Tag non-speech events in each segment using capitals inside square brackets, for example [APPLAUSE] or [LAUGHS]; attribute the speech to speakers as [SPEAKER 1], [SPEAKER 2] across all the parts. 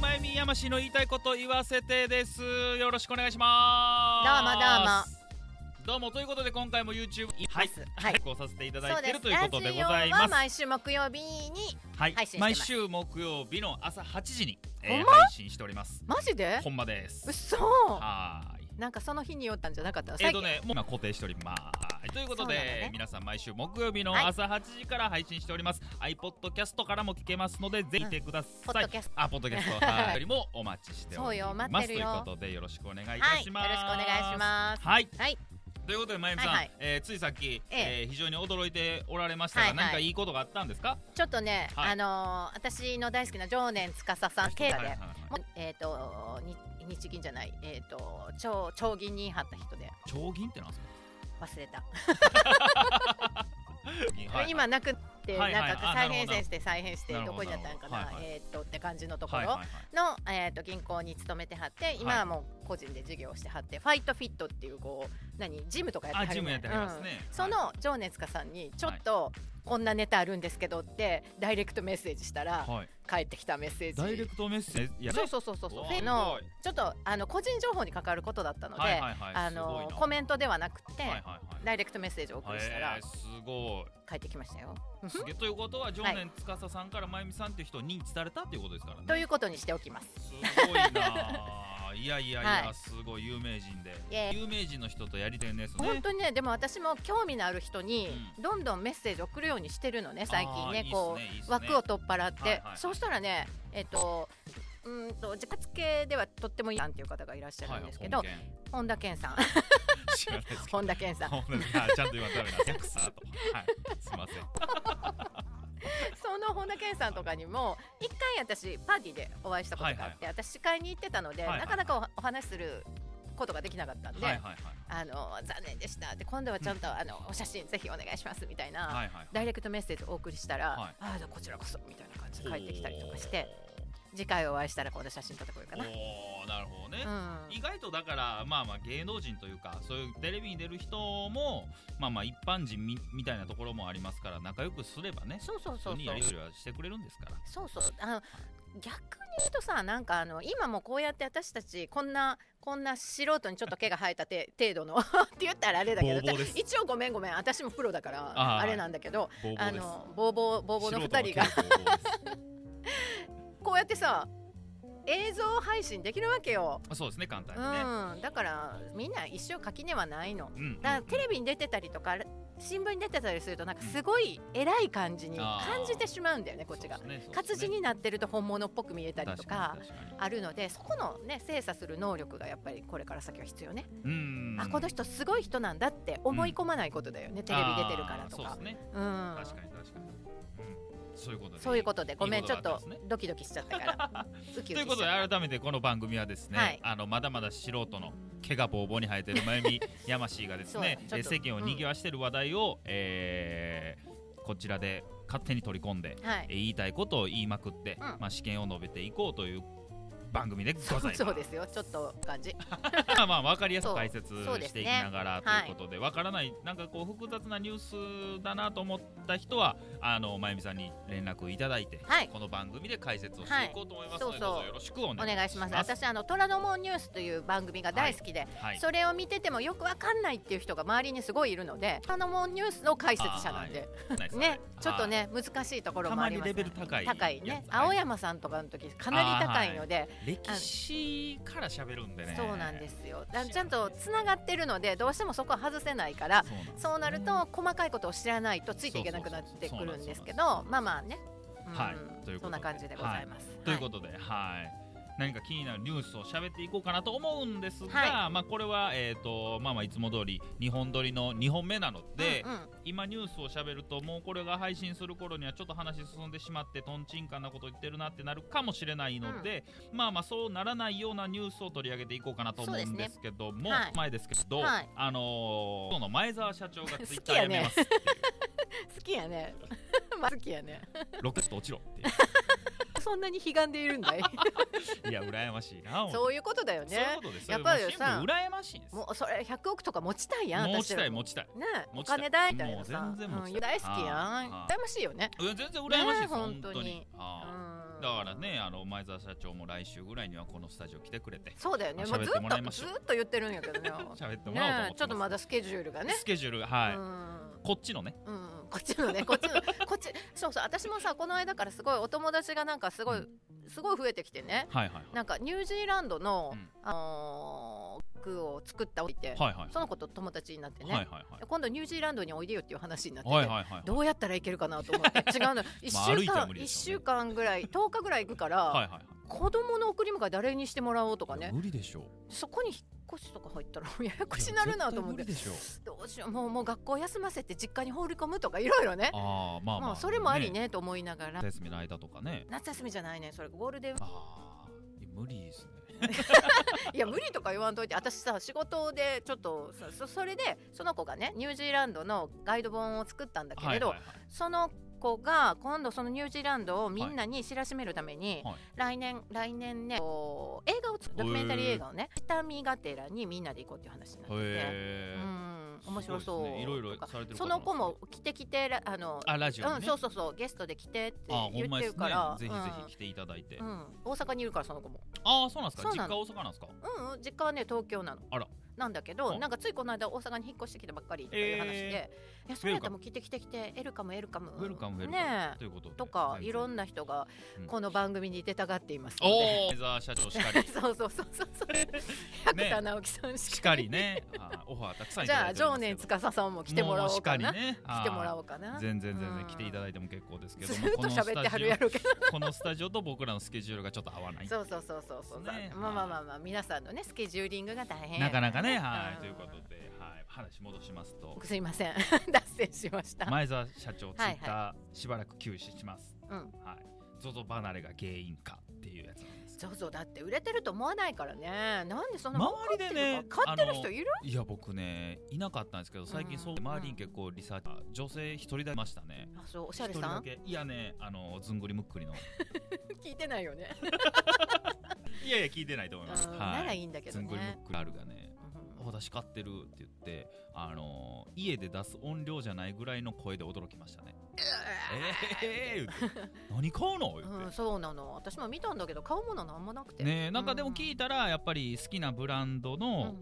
[SPEAKER 1] 南山氏の言いたいこと言わせてですよろしくお願いします
[SPEAKER 2] どうもど
[SPEAKER 1] ど
[SPEAKER 2] うも
[SPEAKER 1] うもということで今回も YouTube
[SPEAKER 2] は
[SPEAKER 1] はいい、
[SPEAKER 2] はい
[SPEAKER 1] 配信をさせていただ
[SPEAKER 2] そ
[SPEAKER 1] いうて
[SPEAKER 2] で
[SPEAKER 1] る
[SPEAKER 2] す
[SPEAKER 1] という
[SPEAKER 2] ラ
[SPEAKER 1] こ
[SPEAKER 2] ジ
[SPEAKER 1] とでご
[SPEAKER 2] オ
[SPEAKER 1] ざいま
[SPEAKER 2] は
[SPEAKER 1] す
[SPEAKER 2] 毎週木曜日に
[SPEAKER 1] はい
[SPEAKER 2] 配信してます
[SPEAKER 1] 毎週木曜日の朝8時に、
[SPEAKER 2] ほんま
[SPEAKER 1] 配信しております
[SPEAKER 2] マジで
[SPEAKER 1] ほんまです
[SPEAKER 2] 嘘
[SPEAKER 1] はーい
[SPEAKER 2] なんかその日によったんじゃなかった
[SPEAKER 1] えっ、とねもう今固定しておりますということで、
[SPEAKER 2] そうなのね
[SPEAKER 1] 皆さん毎週木曜日の
[SPEAKER 2] はい
[SPEAKER 1] 朝8時から配信しております、iPod キャストからも聞けますのでぜひてください、
[SPEAKER 2] ポッドキャスト
[SPEAKER 1] あポッドキャスト
[SPEAKER 2] [LAUGHS]
[SPEAKER 1] はいよりもお待ちしており
[SPEAKER 2] そうよ
[SPEAKER 1] ます
[SPEAKER 2] 待ってるよ
[SPEAKER 1] ということでよろしくお願いいた
[SPEAKER 2] はい
[SPEAKER 1] し
[SPEAKER 2] よろしくお
[SPEAKER 1] ます、
[SPEAKER 2] 願いします
[SPEAKER 1] はい
[SPEAKER 2] はい
[SPEAKER 1] ということでまゆみさん、
[SPEAKER 2] はいはい
[SPEAKER 1] えーついさっき、
[SPEAKER 2] え
[SPEAKER 1] え
[SPEAKER 2] え
[SPEAKER 1] ー非常に驚いておられましたが、
[SPEAKER 2] はいはい
[SPEAKER 1] 何かいいことがあったんですか
[SPEAKER 2] ちょっとね、
[SPEAKER 1] はい
[SPEAKER 2] あのー私の大好きな常年司さん経
[SPEAKER 1] はい
[SPEAKER 2] 過
[SPEAKER 1] はい
[SPEAKER 2] で、
[SPEAKER 1] はい
[SPEAKER 2] もうえっ、とに日銀じゃないえっ、と超超銀に張った人で
[SPEAKER 1] 長銀ってなんですか
[SPEAKER 2] 忘れた、
[SPEAKER 1] 長銀はいはい
[SPEAKER 2] 今なくって、
[SPEAKER 1] はいはい
[SPEAKER 2] なんか
[SPEAKER 1] あ
[SPEAKER 2] 再
[SPEAKER 1] なるほ
[SPEAKER 2] 編
[SPEAKER 1] ど
[SPEAKER 2] 成して再編して
[SPEAKER 1] なる
[SPEAKER 2] ど
[SPEAKER 1] ほ
[SPEAKER 2] こ
[SPEAKER 1] ど
[SPEAKER 2] にあったんか
[SPEAKER 1] な
[SPEAKER 2] な
[SPEAKER 1] るほどはい
[SPEAKER 2] えっ、とって感じのところ、
[SPEAKER 1] はいはいはい
[SPEAKER 2] の、えー、と銀行に勤めてはって今はもう個人で事業をしてはって、ファイトフィットっていうこう何ジムとかやっては
[SPEAKER 1] あ
[SPEAKER 2] る
[SPEAKER 1] ジムやってはります
[SPEAKER 2] うん
[SPEAKER 1] ね、
[SPEAKER 2] そ
[SPEAKER 1] はい
[SPEAKER 2] の情熱家さんにちょっと、こんなネタあるんですけどってダイレクトメッセージしたら、
[SPEAKER 1] はい
[SPEAKER 2] 返ってきたメッセージ
[SPEAKER 1] ダイレクトメッセージいや
[SPEAKER 2] そうそうそうそうそう
[SPEAKER 1] わあ
[SPEAKER 2] フェイ
[SPEAKER 1] すごい
[SPEAKER 2] のちょっとあの個人情報に関わることだったので、
[SPEAKER 1] はいはいはい
[SPEAKER 2] あ
[SPEAKER 1] すごい
[SPEAKER 2] の
[SPEAKER 1] な
[SPEAKER 2] コメントではなくて、
[SPEAKER 1] はいはいはい
[SPEAKER 2] ダイレクトメッセージをお送りしたら
[SPEAKER 1] えー、すごい
[SPEAKER 2] 返ってきましたよ。
[SPEAKER 1] すげえということは常年司さんからまゆみさんっていう人を認知されたっていうことですからね
[SPEAKER 2] ということにしておきます。
[SPEAKER 1] すごいなあいやいやいや、
[SPEAKER 2] [LAUGHS] はい
[SPEAKER 1] すごい有名人で
[SPEAKER 2] イエーイ
[SPEAKER 1] 有名人の人とやりたいんですね
[SPEAKER 2] 本当にねでも私も興味のある人に
[SPEAKER 1] う
[SPEAKER 2] どんどんメッセージ送るようにしてるのね最近
[SPEAKER 1] あーいい
[SPEAKER 2] ね
[SPEAKER 1] っすね
[SPEAKER 2] こ
[SPEAKER 1] いいっすね
[SPEAKER 2] う枠を取っ払っ
[SPEAKER 1] はい
[SPEAKER 2] て
[SPEAKER 1] はい
[SPEAKER 2] そうしたらねえっとうーんと自活系ではとってもいいさんっていう方がいらっしゃるんですけど
[SPEAKER 1] はいはい
[SPEAKER 2] 本田健さん
[SPEAKER 1] 本件知らないですけど
[SPEAKER 2] [LAUGHS] 本田健さ
[SPEAKER 1] [LAUGHS]
[SPEAKER 2] ん
[SPEAKER 1] 本件あちゃんと言わんとダメなんですねとはいすいません
[SPEAKER 2] その本田健さんとかにも一回私パーティーでお会いしたことがあって私司会に行ってたので
[SPEAKER 1] はいはい
[SPEAKER 2] なかなかおお話しすることができなかったん
[SPEAKER 1] はいはい
[SPEAKER 2] で
[SPEAKER 1] はい
[SPEAKER 2] あの残念でしたって今度はちゃんとあのお写真ぜひお願いしますみたいな
[SPEAKER 1] はいはい
[SPEAKER 2] ダイレクトメッセージをお送りしたら、
[SPEAKER 1] はい
[SPEAKER 2] ああじゃあこちらこそみたいな感じで帰ってきたりとかして次回お会いしたら今度写真撮ってこようかな。
[SPEAKER 1] おーなるほどね、
[SPEAKER 2] うん
[SPEAKER 1] 意外とだからまあまあ芸能人というかそういうテレビに出る人もまあまあ一般人みみたいなところもありますから仲良くすればね
[SPEAKER 2] そうそう
[SPEAKER 1] 普
[SPEAKER 2] そう
[SPEAKER 1] 通に
[SPEAKER 2] そ
[SPEAKER 1] や
[SPEAKER 2] う
[SPEAKER 1] り取りはしてくれるんですから
[SPEAKER 2] そうそうあの逆に言うとさなんかあの今もこうやって私たちこんなこんな素人にちょっと毛が生えたて [LAUGHS] 程度のって言ったらあれだけど
[SPEAKER 1] ボーボーです
[SPEAKER 2] 一応ごめんごめん私もプロだから
[SPEAKER 1] あ
[SPEAKER 2] あ
[SPEAKER 1] ー
[SPEAKER 2] れなんだけど
[SPEAKER 1] ボーボ
[SPEAKER 2] あ
[SPEAKER 1] ーです
[SPEAKER 2] のボーボーボーボーの2人が
[SPEAKER 1] 素人の健康ボーボーです
[SPEAKER 2] [LAUGHS] こうやってさ映像配信できるわけよ。
[SPEAKER 1] そうですね簡単
[SPEAKER 2] う
[SPEAKER 1] にね、
[SPEAKER 2] ん、だからみんな一生垣根はないの。
[SPEAKER 1] うん
[SPEAKER 2] だからテレビに出てたりとか新聞に出てたりするとなんかすごい偉い感じに
[SPEAKER 1] うんあー
[SPEAKER 2] 感じてしまうんだよねこっちが、
[SPEAKER 1] そうですね
[SPEAKER 2] 活字になってると本物っぽく見えた
[SPEAKER 1] そう
[SPEAKER 2] り
[SPEAKER 1] です
[SPEAKER 2] と
[SPEAKER 1] ね
[SPEAKER 2] か
[SPEAKER 1] 確に確か
[SPEAKER 2] あるのでそこのね精査する能力がやっぱりこれから先は必要ね、
[SPEAKER 1] にうん
[SPEAKER 2] あこの人すごい人なんだって思い込まないことだよね、テレビ出てるから
[SPEAKER 1] あー
[SPEAKER 2] とか
[SPEAKER 1] そうですね
[SPEAKER 2] うん
[SPEAKER 1] 確かに確かに、うん、そういうことで
[SPEAKER 2] そういうことでごめん
[SPEAKER 1] いい
[SPEAKER 2] ち
[SPEAKER 1] こ
[SPEAKER 2] ょっ
[SPEAKER 1] とがあ
[SPEAKER 2] と
[SPEAKER 1] ったんですね
[SPEAKER 2] ドキドキしちゃったからウキウ
[SPEAKER 1] と
[SPEAKER 2] キしち
[SPEAKER 1] い
[SPEAKER 2] ゃ
[SPEAKER 1] う
[SPEAKER 2] っ
[SPEAKER 1] ことで
[SPEAKER 2] た
[SPEAKER 1] 改めてこの番組はですね、
[SPEAKER 2] はい
[SPEAKER 1] あのまだまだ素人の毛がぼうぼうに生えてるまゆみ
[SPEAKER 2] [LAUGHS]
[SPEAKER 1] やましいがですね
[SPEAKER 2] そう
[SPEAKER 1] え
[SPEAKER 2] ちょっ
[SPEAKER 1] 世
[SPEAKER 2] と
[SPEAKER 1] 間を賑わしてる話題を、えーこちらで勝手に取り込んで、
[SPEAKER 2] はい
[SPEAKER 1] えー言いたいことを言いまくって、
[SPEAKER 2] うん
[SPEAKER 1] まあ、試験を述べていこうという番組でございます。
[SPEAKER 2] そうですよちょっと感じ
[SPEAKER 1] まあまあ分かりやす
[SPEAKER 2] そ
[SPEAKER 1] く
[SPEAKER 2] う
[SPEAKER 1] 解説
[SPEAKER 2] そうですね
[SPEAKER 1] していきながらということで、分からないなんかこう複雑なニュースだなと思った人はあのまゆみさんに連絡いただいて、
[SPEAKER 2] はい
[SPEAKER 1] この番組で解説をしていこうと思いますので、
[SPEAKER 2] はいそうそう
[SPEAKER 1] どうぞよろしくお
[SPEAKER 2] お願
[SPEAKER 1] 願
[SPEAKER 2] い
[SPEAKER 1] いし
[SPEAKER 2] し
[SPEAKER 1] ま。
[SPEAKER 2] ますす私あの「虎ノ門ニュース」という番組が大好きで、
[SPEAKER 1] はい、
[SPEAKER 2] それを見ててもよくわかんないっていう人が周りにすごいいるので、あのもうニュースの解説者なんで、
[SPEAKER 1] ナイス
[SPEAKER 2] ね、ちょっと
[SPEAKER 1] は
[SPEAKER 2] ね難しいとこ
[SPEAKER 1] い
[SPEAKER 2] ろ
[SPEAKER 1] た
[SPEAKER 2] もあ
[SPEAKER 1] ま
[SPEAKER 2] り
[SPEAKER 1] に
[SPEAKER 2] ます
[SPEAKER 1] レベル
[SPEAKER 2] ね
[SPEAKER 1] 高い
[SPEAKER 2] 高いね
[SPEAKER 1] や、つはい
[SPEAKER 2] 青山さんとかの時かなり高いので、
[SPEAKER 1] 歴史から喋るんでね。。
[SPEAKER 2] そうなんですすよ。だちゃんとつながってるので、どうしてもそこは外せないから、
[SPEAKER 1] そうなんです
[SPEAKER 2] そうなると細かいことを知らないとついていけなくなってくるんですけ
[SPEAKER 1] そうそうそうそうそうなん
[SPEAKER 2] ど、まあまあね、うん
[SPEAKER 1] はいということで
[SPEAKER 2] そんな感じでございます。
[SPEAKER 1] ということで、はい。何か気になるニュースを喋っていこうかなと思うんですが、
[SPEAKER 2] は
[SPEAKER 1] まあこれはえっ、とまあまあいつも通り日本撮りの2本目なので、
[SPEAKER 2] うんうん
[SPEAKER 1] 今ニュースを喋るともうこれが配信する頃にはちょっと話進んでしまってとんちんかんなこと言ってるなってなるかもしれないので、まあまあそうならないようなニュースを取り上げていこうかなと思う
[SPEAKER 2] そ
[SPEAKER 1] ん
[SPEAKER 2] うで
[SPEAKER 1] です
[SPEAKER 2] ね
[SPEAKER 1] すけども、
[SPEAKER 2] はい
[SPEAKER 1] 前ですけど、
[SPEAKER 2] はい
[SPEAKER 1] あのー、今日の前澤社長がツイッタ
[SPEAKER 2] 好き
[SPEAKER 1] ー
[SPEAKER 2] や
[SPEAKER 1] や
[SPEAKER 2] ね
[SPEAKER 1] めますっていう
[SPEAKER 2] 好きやね、 [LAUGHS] まあ好きやね。
[SPEAKER 1] ロケット落ちろって
[SPEAKER 2] そんなに悲願でいるんだい。
[SPEAKER 1] いういや羨ましいな
[SPEAKER 2] そういうことだよ
[SPEAKER 1] [LAUGHS] そういう
[SPEAKER 2] ね
[SPEAKER 1] こ。とです
[SPEAKER 2] やっぱり
[SPEAKER 1] もうシンプル
[SPEAKER 2] さ
[SPEAKER 1] 羨ましいです
[SPEAKER 2] もうそれ100億とか持ちたいやん。
[SPEAKER 1] 持ちたい
[SPEAKER 2] 私ら
[SPEAKER 1] 持ちたい
[SPEAKER 2] ねえお
[SPEAKER 1] 持ちたい
[SPEAKER 2] 金大みたいなさ。
[SPEAKER 1] もう全然持ちたい
[SPEAKER 2] うん大好きやん。
[SPEAKER 1] は
[SPEAKER 2] 羨ましいよね。
[SPEAKER 1] いや全然羨ましいです、
[SPEAKER 2] ねえ
[SPEAKER 1] 本当
[SPEAKER 2] 本当に
[SPEAKER 1] に、あーだからねあの前澤社長も来週ぐらいにはこのスタジオ来てくれて
[SPEAKER 2] そうだよね
[SPEAKER 1] あ
[SPEAKER 2] もう
[SPEAKER 1] 喋
[SPEAKER 2] ず
[SPEAKER 1] っ
[SPEAKER 2] って
[SPEAKER 1] もらい
[SPEAKER 2] と
[SPEAKER 1] まし
[SPEAKER 2] ず
[SPEAKER 1] ょう
[SPEAKER 2] っと言ってるんやけどね
[SPEAKER 1] [LAUGHS] 喋ってもらおうと思って
[SPEAKER 2] ね
[SPEAKER 1] ます
[SPEAKER 2] ちょっとまだスケジュールがね
[SPEAKER 1] スケジュールはい、
[SPEAKER 2] うん
[SPEAKER 1] こっちのね
[SPEAKER 2] うん、こっちのねこっちの [LAUGHS] こっちそうそう私もさこの間からすごいお友達がなんかすごい、
[SPEAKER 1] う
[SPEAKER 2] すごい増えてきてね
[SPEAKER 1] はいはい
[SPEAKER 2] なんかニュージーランドの、
[SPEAKER 1] うん
[SPEAKER 2] あのー服を作ったおいて、
[SPEAKER 1] はいはい
[SPEAKER 2] その子と友達になってね、
[SPEAKER 1] はいはい
[SPEAKER 2] 今度ニュージーランドにおいでよっていう話になってて、
[SPEAKER 1] はいはいはいはい
[SPEAKER 2] どうやったらいけるかなと思って
[SPEAKER 1] [LAUGHS]
[SPEAKER 2] 違うの一
[SPEAKER 1] まあ歩
[SPEAKER 2] 週
[SPEAKER 1] いては
[SPEAKER 2] 間
[SPEAKER 1] 無理
[SPEAKER 2] 一、
[SPEAKER 1] でしょうね
[SPEAKER 2] 週間ぐらい10日ぐらい行くから、
[SPEAKER 1] はいはい
[SPEAKER 2] 子供の送り迎え誰にしてもらおうとか
[SPEAKER 1] いや
[SPEAKER 2] ね
[SPEAKER 1] 無理でしょう
[SPEAKER 2] そこに引っ越しとか入ったらややこしになるなと思っ
[SPEAKER 1] いや
[SPEAKER 2] て
[SPEAKER 1] 絶対無理でしょ
[SPEAKER 2] どうしようもうもう学校休ませて実家に放り込むとかいろいろね
[SPEAKER 1] うああまあまあ、
[SPEAKER 2] まあ、それもありねと思いながら
[SPEAKER 1] 夏休みの間とかね
[SPEAKER 2] 夏休みじゃないねそれゴールデン
[SPEAKER 1] ああ無理ですね
[SPEAKER 2] いや無理とか言わんといて私さ仕事でちょっとそそそれでその子がねニュージーランドのガイド本を作ったんだけれど、
[SPEAKER 1] はいはいはい
[SPEAKER 2] その子が今度そのニュージーランドをみんなに知らしめるために、
[SPEAKER 1] はい
[SPEAKER 2] 来年来年ねこう映画を作るドキュメンタリー映画をね下見がてらにみんなで行こうっていう話になってて、う
[SPEAKER 1] へえ、
[SPEAKER 2] ん面白そ
[SPEAKER 1] すご
[SPEAKER 2] う
[SPEAKER 1] いですねいろいろ
[SPEAKER 2] とか
[SPEAKER 1] されてる
[SPEAKER 2] その子も来て来てらあの
[SPEAKER 1] あラジオにね、
[SPEAKER 2] うん、そうそうそうゲストで来てって
[SPEAKER 1] あほ
[SPEAKER 2] 言
[SPEAKER 1] んま
[SPEAKER 2] っ
[SPEAKER 1] で
[SPEAKER 2] て
[SPEAKER 1] す
[SPEAKER 2] る
[SPEAKER 1] ね
[SPEAKER 2] から
[SPEAKER 1] ぜひぜ
[SPEAKER 2] うん
[SPEAKER 1] ひ来ていただいて、
[SPEAKER 2] うん、大阪にいるからその子も
[SPEAKER 1] ああそうなんですか
[SPEAKER 2] そう
[SPEAKER 1] 実
[SPEAKER 2] な
[SPEAKER 1] 家
[SPEAKER 2] の
[SPEAKER 1] 大阪なんですか
[SPEAKER 2] うんうん実家はね東京なの
[SPEAKER 1] あら
[SPEAKER 2] なんだけ
[SPEAKER 1] う
[SPEAKER 2] ど
[SPEAKER 1] ん
[SPEAKER 2] なんかついこの間大阪に引っ越してきたばっかりとかいう話で「いやそうやったらもう来て来て来てエルカムエルカム」
[SPEAKER 1] ウェルカムウェルカム、
[SPEAKER 2] ねえ
[SPEAKER 1] ということで
[SPEAKER 2] とかいろ
[SPEAKER 1] な、
[SPEAKER 2] んな人が
[SPEAKER 1] うん
[SPEAKER 2] この番組に出たがっていますので、
[SPEAKER 1] おおザー社長しかり
[SPEAKER 2] [LAUGHS] そうそうそうそうそう百田直樹さんし
[SPEAKER 1] し
[SPEAKER 2] か
[SPEAKER 1] かりね [LAUGHS] あーオファーたくさんい
[SPEAKER 2] じ
[SPEAKER 1] た
[SPEAKER 2] ゃ
[SPEAKER 1] だ
[SPEAKER 2] あ
[SPEAKER 1] いており
[SPEAKER 2] 常
[SPEAKER 1] ますけど
[SPEAKER 2] 年司さんも来てもらおうか
[SPEAKER 1] も
[SPEAKER 2] な
[SPEAKER 1] うしかりね
[SPEAKER 2] 来てもら
[SPEAKER 1] う
[SPEAKER 2] おうかなずっ
[SPEAKER 1] 全然全
[SPEAKER 2] う
[SPEAKER 1] 然
[SPEAKER 2] ん
[SPEAKER 1] 来ていただいても結構ですけども
[SPEAKER 2] と喋ってはるやろうけど
[SPEAKER 1] このスタジオこのスタジオと僕らのスケジュールがちょっと合わない
[SPEAKER 2] そうそうそうそうそう、
[SPEAKER 1] ね
[SPEAKER 2] まあまあまあまあ皆さんのねスケジューリングが大変
[SPEAKER 1] なかなかねはい
[SPEAKER 2] ん
[SPEAKER 1] ということではい話戻しますと
[SPEAKER 2] すいません [LAUGHS] 脱線しました、
[SPEAKER 1] 前澤社長ツイ
[SPEAKER 2] はい
[SPEAKER 1] ッターしばらく休止します
[SPEAKER 2] うん
[SPEAKER 1] はいゾゾ離れが原因かっていうやつなんです
[SPEAKER 2] ゾゾだって売れてると思わないからねなんでそんな
[SPEAKER 1] 周りでね
[SPEAKER 2] 買ってる人いる
[SPEAKER 1] いや僕ねいなかったんですけど最近そう
[SPEAKER 2] うん
[SPEAKER 1] 周りに結構リサーチ女性一人だけいましたね
[SPEAKER 2] あそうおし
[SPEAKER 1] 一
[SPEAKER 2] ゃれ
[SPEAKER 1] 人
[SPEAKER 2] さ
[SPEAKER 1] だ
[SPEAKER 2] ん
[SPEAKER 1] けいやねあのずんぐりむっくりの
[SPEAKER 2] 聞いてないよね、
[SPEAKER 1] いやいや聞いてないと思います
[SPEAKER 2] うん
[SPEAKER 1] は
[SPEAKER 2] なら
[SPEAKER 1] い
[SPEAKER 2] いいんだけど
[SPEAKER 1] ずんぐりむっ
[SPEAKER 2] ね、
[SPEAKER 1] くりあるがね
[SPEAKER 2] うん
[SPEAKER 1] 私買ってるって言って、あのー家で出す音量じゃないぐらいの声で驚きましたね。えー、言って何買うの言
[SPEAKER 2] うん、
[SPEAKER 1] って。
[SPEAKER 2] そうなの私も見たんだけど買うものなんもなくて
[SPEAKER 1] ねえなんかでも聞いたらやっぱり好きなブランド
[SPEAKER 2] うん、
[SPEAKER 1] の、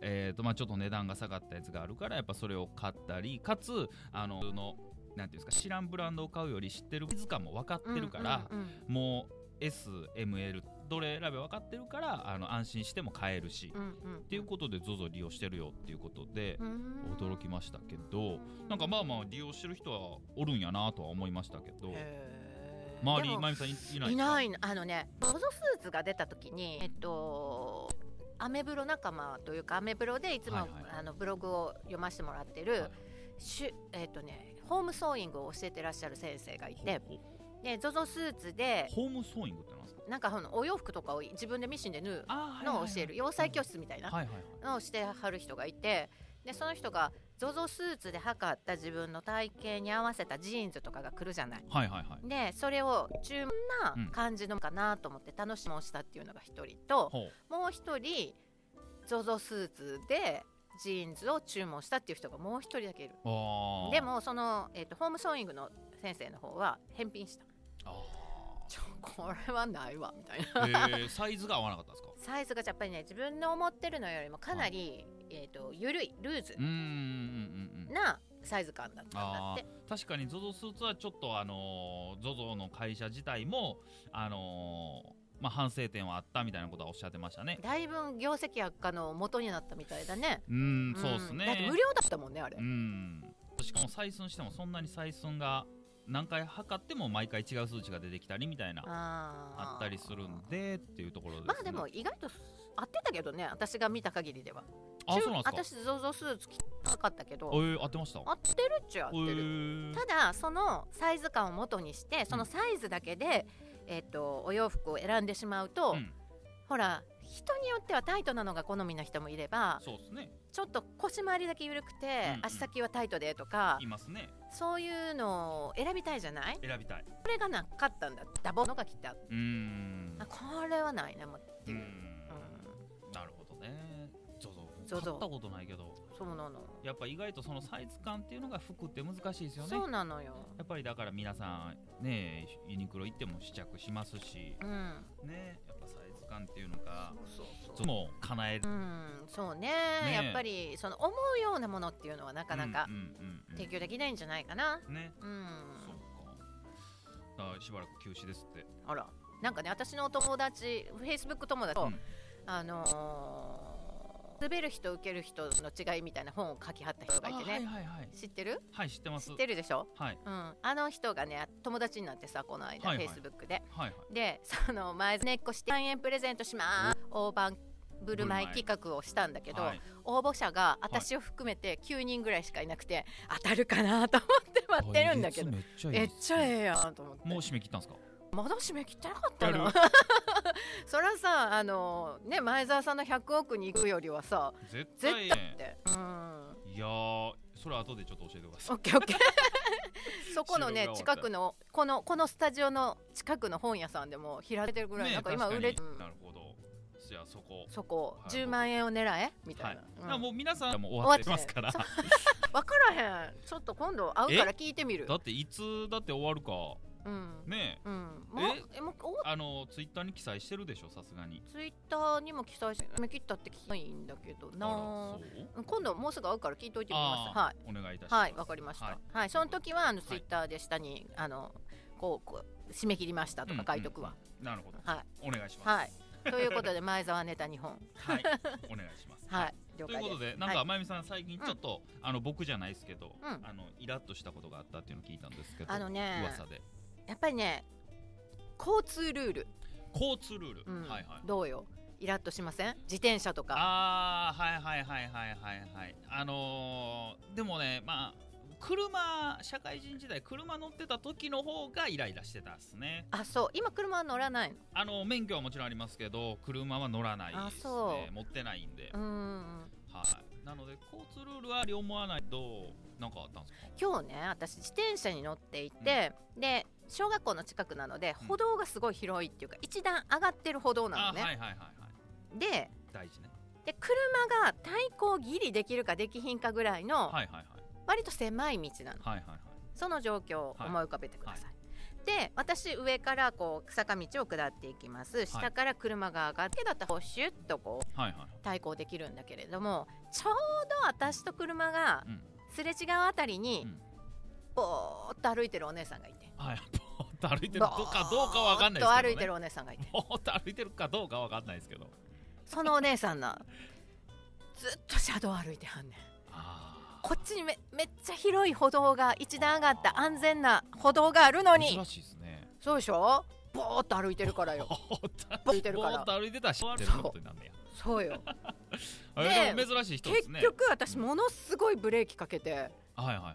[SPEAKER 1] えーとまあ、ちょっと値段が下がったやつがあるからやっぱそれを買ったりかつあの普通のなんていうんですか知らんブランドを買うより知ってる図鑑も分かってるから、
[SPEAKER 2] うんうん
[SPEAKER 1] もう SML どれ選べ分かってるからあの安心しても買えるし、
[SPEAKER 2] う
[SPEAKER 1] っ
[SPEAKER 2] んうんうん
[SPEAKER 1] ていうことで ZOZO 利用してるよっていうことで、
[SPEAKER 2] うん
[SPEAKER 1] 驚きましたけどなんかまあまあ利用してる人はおるんやなとは思いましたけど
[SPEAKER 2] へー
[SPEAKER 1] 周り
[SPEAKER 2] でも
[SPEAKER 1] まゆみさんいいない
[SPEAKER 2] いないいのあのねボゾスーツが出た時にえっとアメブロ仲間というかアメブロでいつも、
[SPEAKER 1] はいはい
[SPEAKER 2] あのブログを読ませてもらってる、
[SPEAKER 1] はい
[SPEAKER 2] しゅえっとねホームソーイングを教えてらっしゃる先生がいて
[SPEAKER 1] ほ
[SPEAKER 2] で ZOZO スーツで
[SPEAKER 1] ホームソーイングってなんですか
[SPEAKER 2] なんかそのお洋服とかを自分でミシンで縫う
[SPEAKER 1] あ
[SPEAKER 2] のを教える洋裁教室みたいな
[SPEAKER 1] はいはいはい
[SPEAKER 2] のをしてはる人がいてでその人が ZOZO スーツで測った自分の体型に合わせたジーンズとかが来るじゃない。
[SPEAKER 1] はいはいはい
[SPEAKER 2] でそれを注文
[SPEAKER 1] うん
[SPEAKER 2] な感じのかなと思って楽しみをしたっていうのが一人と、
[SPEAKER 1] ほう
[SPEAKER 2] もう一人 ZOZO スーツでジーンズを注文したっていう人がもう一人だけいる
[SPEAKER 1] あー
[SPEAKER 2] でもその、えー、とホームソーイングの先生の方は返品した
[SPEAKER 1] あ
[SPEAKER 2] ちょ [LAUGHS] これはないわみたいな
[SPEAKER 1] ーえーサイズが合わなかったんです
[SPEAKER 2] [LAUGHS]
[SPEAKER 1] か
[SPEAKER 2] サイズがやっぱりね自分の思ってるのよりもかなり、えー、と緩いルーズ
[SPEAKER 1] うーんうんうんうん
[SPEAKER 2] なサイズ感だったんだ
[SPEAKER 1] あ
[SPEAKER 2] って
[SPEAKER 1] ー確かに ZOZO スーツはちょっとあのー ZOZO の会社自体もあのーまあ反省点はあったみたいなことはおっしゃってましたね
[SPEAKER 2] だいぶ業績悪化の元になったみたいだね
[SPEAKER 1] うーんそうですね
[SPEAKER 2] んだって無料だったもんねあれ
[SPEAKER 1] うんしかも採寸してもそんなに採寸が何回測っても毎回違う数値が出てきたりみたいなあ
[SPEAKER 2] あー
[SPEAKER 1] ったりするんでっていうところです、ね、
[SPEAKER 2] まあでも意外と合ってたけどね私が見た限りでは
[SPEAKER 1] あ
[SPEAKER 2] 中
[SPEAKER 1] そうなんですか
[SPEAKER 2] 私 ZOZO スーツ着てなかったけ
[SPEAKER 1] え
[SPEAKER 2] ど
[SPEAKER 1] ー、合ってました
[SPEAKER 2] 合ってるっちゃ合っ
[SPEAKER 1] え
[SPEAKER 2] てる
[SPEAKER 1] ー
[SPEAKER 2] ただそのサイズ感を元にしてそのサイズだけで、えっとお洋服を選んでしまうと、
[SPEAKER 1] うん
[SPEAKER 2] ほら人によってはタイトなのが好みな人もいれば
[SPEAKER 1] そうですね
[SPEAKER 2] ちょっと腰回りだけ緩くて、
[SPEAKER 1] うんうん
[SPEAKER 2] 足先はタイトでとか
[SPEAKER 1] いますね
[SPEAKER 2] そういうのを選びたいじゃない
[SPEAKER 1] 選びたい
[SPEAKER 2] これがなかったんだダボのが来た
[SPEAKER 1] うーん
[SPEAKER 2] あこれはないなもうって
[SPEAKER 1] う
[SPEAKER 2] い
[SPEAKER 1] ー
[SPEAKER 2] う、
[SPEAKER 1] んなるほどね ZOZO 買
[SPEAKER 2] ZOZO
[SPEAKER 1] ったことないけど
[SPEAKER 2] そうなの、
[SPEAKER 1] やっぱ意外とそのサイズ感っていうのが服って難しいですよね
[SPEAKER 2] そうなのよ
[SPEAKER 1] やっぱりだから皆さんねユニクロ行っても試着しますし
[SPEAKER 2] うん
[SPEAKER 1] ねやっぱサイズ感っていうのが
[SPEAKER 2] そうそう
[SPEAKER 1] その叶える
[SPEAKER 2] うんそうね
[SPEAKER 1] ね
[SPEAKER 2] やっぱりその思うようなものっていうのはなかなか
[SPEAKER 1] うんうんうんうん
[SPEAKER 2] 提供できないんじゃないかな
[SPEAKER 1] ね
[SPEAKER 2] うん、
[SPEAKER 1] そうかあしばらく休止ですって
[SPEAKER 2] あらなんかね私のお友達フェイスブック友達と、
[SPEAKER 1] うん
[SPEAKER 2] あのー滑る人受ける人の違いみたいな本を書きはった人がいてね、
[SPEAKER 1] あはいはいはい
[SPEAKER 2] 知ってる
[SPEAKER 1] はい知ってます
[SPEAKER 2] 知ってるでしょ、
[SPEAKER 1] はい
[SPEAKER 2] うん、あの人がね友達になってさこの間
[SPEAKER 1] は
[SPEAKER 2] フ
[SPEAKER 1] いは
[SPEAKER 2] ェ
[SPEAKER 1] い
[SPEAKER 2] イスブックで
[SPEAKER 1] はいはい
[SPEAKER 2] でその前根っこして万円プレゼントします大盤振る舞い企画をしたんだけど、
[SPEAKER 1] はい
[SPEAKER 2] 応募者が私を含めて9人ぐらいしかいなくて、当たるかなと思って待ってるんだけど
[SPEAKER 1] あめっちゃいいで
[SPEAKER 2] めっ
[SPEAKER 1] すね
[SPEAKER 2] ちゃええやんと思って
[SPEAKER 1] もう締め切ったんですか
[SPEAKER 2] まだ締め切ってなかった
[SPEAKER 1] や
[SPEAKER 2] の
[SPEAKER 1] る
[SPEAKER 2] [LAUGHS] そりゃさあのね前澤さんの100億に行くよりはさ
[SPEAKER 1] 絶
[SPEAKER 2] 絶
[SPEAKER 1] 対
[SPEAKER 2] 対
[SPEAKER 1] え
[SPEAKER 2] ってうん
[SPEAKER 1] えいやーそれ後でちょっと教えてくださ
[SPEAKER 2] オ
[SPEAKER 1] い
[SPEAKER 2] ッケーオッケー [LAUGHS] そこの
[SPEAKER 1] 収
[SPEAKER 2] ね
[SPEAKER 1] 録が終わった
[SPEAKER 2] 近くのこのこのスタジオの近くの本屋さんでも開いてるぐらい、
[SPEAKER 1] ね
[SPEAKER 2] なんか今
[SPEAKER 1] 確
[SPEAKER 2] 売
[SPEAKER 1] に
[SPEAKER 2] れてうん
[SPEAKER 1] なるほどじゃあそこ
[SPEAKER 2] そこ
[SPEAKER 1] はい
[SPEAKER 2] 10万円を狙えみた
[SPEAKER 1] はいい
[SPEAKER 2] な、
[SPEAKER 1] だから
[SPEAKER 2] うん
[SPEAKER 1] もう皆さんもう終わってますから
[SPEAKER 2] 終
[SPEAKER 1] だ
[SPEAKER 2] 分からへんちょっと今度会うから聞いてみる
[SPEAKER 1] っていつだって終わるか
[SPEAKER 2] うん
[SPEAKER 1] ねえ
[SPEAKER 2] うんもうえもうお
[SPEAKER 1] あのツイッターに記載してるでしょさすがに
[SPEAKER 2] ツイッターにも記載し締め切ったって聞きないんだけど
[SPEAKER 1] あ
[SPEAKER 2] な
[SPEAKER 1] らそう
[SPEAKER 2] うん今度もうすぐ会うから聞いといてみま
[SPEAKER 1] あ
[SPEAKER 2] すはい
[SPEAKER 1] ーお願いいたします
[SPEAKER 2] はいわかりましたは
[SPEAKER 1] はいい、
[SPEAKER 2] その時はあの
[SPEAKER 1] い
[SPEAKER 2] ツイッターで下に、あのこうこう締め切りましたとか書いとくわ、
[SPEAKER 1] なるほど
[SPEAKER 2] はい
[SPEAKER 1] お願いします
[SPEAKER 2] はいということで前澤ネタ2本
[SPEAKER 1] [LAUGHS] はい
[SPEAKER 2] [LAUGHS]
[SPEAKER 1] お願いします
[SPEAKER 2] はい了
[SPEAKER 1] という
[SPEAKER 2] 解
[SPEAKER 1] こ
[SPEAKER 2] で
[SPEAKER 1] と
[SPEAKER 2] す
[SPEAKER 1] で、なん
[SPEAKER 2] は
[SPEAKER 1] か、まゆみさん、最近ちょっと、あの、僕じゃないですけど、
[SPEAKER 2] うん
[SPEAKER 1] あの、イラッとしたことがあったっていうのを聞いたんですけど。
[SPEAKER 2] あのね
[SPEAKER 1] 噂で。
[SPEAKER 2] やっぱりね交通ルール、
[SPEAKER 1] 交通ルール。
[SPEAKER 2] う
[SPEAKER 1] は
[SPEAKER 2] ん
[SPEAKER 1] いはい。
[SPEAKER 2] どうよイラッとしません自転車とか
[SPEAKER 1] ああ、はいはいはいはいはいはい。あのーでもね、まあ。車社会人時代車乗ってた時の方がイライラしてたっすね
[SPEAKER 2] あそう今車乗らないの
[SPEAKER 1] あの免許はもちろんありますけど車は乗らない
[SPEAKER 2] あ
[SPEAKER 1] です
[SPEAKER 2] そ
[SPEAKER 1] ね持ってないんで、
[SPEAKER 2] うーん
[SPEAKER 1] はいなので交通ルールはあり思わないとなんかあったんですか
[SPEAKER 2] 今日ね私自転車に乗っていて、で小学校の近くなので
[SPEAKER 1] うん
[SPEAKER 2] 歩道がすごい広いっていうか一段上がってる歩道なの
[SPEAKER 1] あ
[SPEAKER 2] ね、
[SPEAKER 1] はいはいはいはい
[SPEAKER 2] で
[SPEAKER 1] 大事ね
[SPEAKER 2] で車が対抗ギリできるかできひんかぐらいの
[SPEAKER 1] はいはいはい
[SPEAKER 2] 割と狭い道なの、
[SPEAKER 1] はいはいはい
[SPEAKER 2] その状況を思い浮かべてください、で私上からこう坂道を下っていきます下から車が上がってだったらこうシュッとこう
[SPEAKER 1] はいはいはい
[SPEAKER 2] 対抗できるんだけれどもちょうど私と車が
[SPEAKER 1] うん
[SPEAKER 2] すれ違うあたりに
[SPEAKER 1] うん
[SPEAKER 2] ぼーっと歩いてるお姉さんがいて。
[SPEAKER 1] はい、ぼーっと歩いてるかどうかどうかわかんないですけど、ね、
[SPEAKER 2] ぼーっと歩いてるお姉さんがい
[SPEAKER 1] [LAUGHS]
[SPEAKER 2] て
[SPEAKER 1] ぼーっと歩いてるかどうかわかんないですけど
[SPEAKER 2] そのお姉さんなずっと車道歩いてはんねん
[SPEAKER 1] あ
[SPEAKER 2] こっちにめめっちゃ広い歩道が一段上がった安全な歩道があるの
[SPEAKER 1] あ
[SPEAKER 2] に
[SPEAKER 1] 珍しいですね
[SPEAKER 2] そうでしょぼーっと歩いてるからよ
[SPEAKER 1] ぼーっと
[SPEAKER 2] ぼーっと歩いてる
[SPEAKER 1] ぼ
[SPEAKER 2] か
[SPEAKER 1] ー
[SPEAKER 2] ら
[SPEAKER 1] っと歩いてたら知ってることになるんねや
[SPEAKER 2] そ
[SPEAKER 1] [LAUGHS]
[SPEAKER 2] うよう
[SPEAKER 1] え
[SPEAKER 2] ね
[SPEAKER 1] でも珍しい人で
[SPEAKER 2] 結
[SPEAKER 1] すね
[SPEAKER 2] 局私ものすごいブレーキかけて
[SPEAKER 1] はいはいはい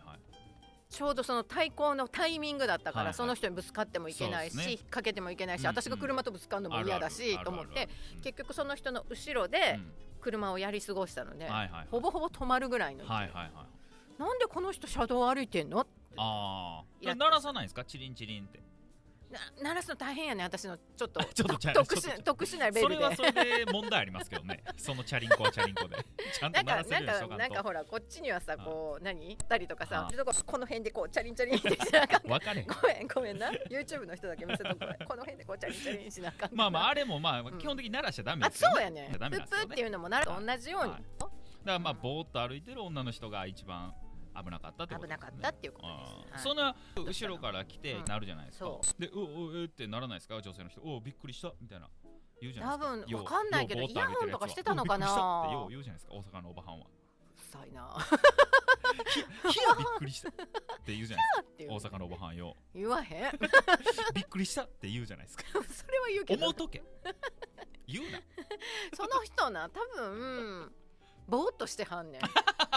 [SPEAKER 2] ちょうどその対抗のタイミングだったから、
[SPEAKER 1] はいはい
[SPEAKER 2] その人にぶつかってもいけないし、
[SPEAKER 1] そうで
[SPEAKER 2] かけてもいけないし、
[SPEAKER 1] うんうん
[SPEAKER 2] 私が車とぶつかるのも嫌だしと思って結局その人の後ろで車をやり過ごしたので、
[SPEAKER 1] 構はいはい
[SPEAKER 2] ほぼほぼ止まるぐらいの勢い、
[SPEAKER 1] はいはいはい
[SPEAKER 2] なんでこの人車道歩いてんの
[SPEAKER 1] あ
[SPEAKER 2] イラ
[SPEAKER 1] あ
[SPEAKER 2] ッと
[SPEAKER 1] 鳴らさないんですかチリンチリンって
[SPEAKER 2] な鳴らすの大変やね私のちょっと
[SPEAKER 1] [LAUGHS] ちょっとちゃ
[SPEAKER 2] 特
[SPEAKER 1] ちょっ
[SPEAKER 2] 殊
[SPEAKER 1] と
[SPEAKER 2] 特殊なレベ
[SPEAKER 1] そ
[SPEAKER 2] ル
[SPEAKER 1] れ
[SPEAKER 2] で
[SPEAKER 1] はそれで問題ありますけど
[SPEAKER 2] [LAUGHS]
[SPEAKER 1] ねそのチャリンコはチャリンコでちゃん
[SPEAKER 2] な
[SPEAKER 1] と
[SPEAKER 2] ん
[SPEAKER 1] 鳴
[SPEAKER 2] から
[SPEAKER 1] せ
[SPEAKER 2] な
[SPEAKER 1] る
[SPEAKER 2] ん
[SPEAKER 1] ようにし
[SPEAKER 2] か
[SPEAKER 1] とか
[SPEAKER 2] な
[SPEAKER 1] ん
[SPEAKER 2] んか
[SPEAKER 1] と
[SPEAKER 2] ほらこっちにはさ
[SPEAKER 1] あ
[SPEAKER 2] こう何行ったりとかさ
[SPEAKER 1] あ
[SPEAKER 2] ちょっとこの辺でこうチャリンチャリンってしなあかん
[SPEAKER 1] 分かれへん
[SPEAKER 2] ごめんごめんな YouTube の人だけ見せとくわこの辺でこうチャリンチャリンしなあかん
[SPEAKER 1] まあまあ
[SPEAKER 2] あ
[SPEAKER 1] あれもまあ
[SPEAKER 2] ん
[SPEAKER 1] 基本的に鳴らしちゃダメ
[SPEAKER 2] あ
[SPEAKER 1] ですよ
[SPEAKER 2] そう
[SPEAKER 1] ね
[SPEAKER 2] やねプ
[SPEAKER 1] ダ
[SPEAKER 2] ッ
[SPEAKER 1] メ
[SPEAKER 2] プ
[SPEAKER 1] なんですよね
[SPEAKER 2] っていうのもなると同じように、
[SPEAKER 1] はいだからまあぼーっと歩いてる女の人が一番危なかったってことで
[SPEAKER 2] 危な
[SPEAKER 1] すね
[SPEAKER 2] かったっていうこと
[SPEAKER 1] あ
[SPEAKER 2] で
[SPEAKER 1] ー
[SPEAKER 2] す、
[SPEAKER 1] そ
[SPEAKER 2] はい、
[SPEAKER 1] の後ろから来て
[SPEAKER 2] うん
[SPEAKER 1] なるじゃないですか、
[SPEAKER 2] そ
[SPEAKER 1] でうおうえーってならないですか女性の人おうびっくりしたみたいな言うじゃな
[SPEAKER 2] 多
[SPEAKER 1] いですか
[SPEAKER 2] 分
[SPEAKER 1] よう
[SPEAKER 2] わかんないけど
[SPEAKER 1] よう
[SPEAKER 2] イ
[SPEAKER 1] ぼー
[SPEAKER 2] ヤ
[SPEAKER 1] っ歩い
[SPEAKER 2] ホ
[SPEAKER 1] る
[SPEAKER 2] ン
[SPEAKER 1] や
[SPEAKER 2] と
[SPEAKER 1] つは
[SPEAKER 2] かしてたの
[SPEAKER 1] おう
[SPEAKER 2] か
[SPEAKER 1] びっくりしたって
[SPEAKER 2] な
[SPEAKER 1] よう言うじゃないですか大阪のおばはんは
[SPEAKER 2] さいな
[SPEAKER 1] ひやびっくりしたって言うじゃない
[SPEAKER 2] ってい
[SPEAKER 1] で
[SPEAKER 2] [LAUGHS] う
[SPEAKER 1] す [LAUGHS] か大阪のおばはんよ
[SPEAKER 2] 言わへん [LAUGHS] それ
[SPEAKER 1] びっくりしたって言うじゃないですか
[SPEAKER 2] は言う [LAUGHS] けど
[SPEAKER 1] 思うとけ言うな
[SPEAKER 2] [LAUGHS] その人な多分ぼーっとしては
[SPEAKER 1] [LAUGHS]
[SPEAKER 2] んねん
[SPEAKER 1] [LAUGHS]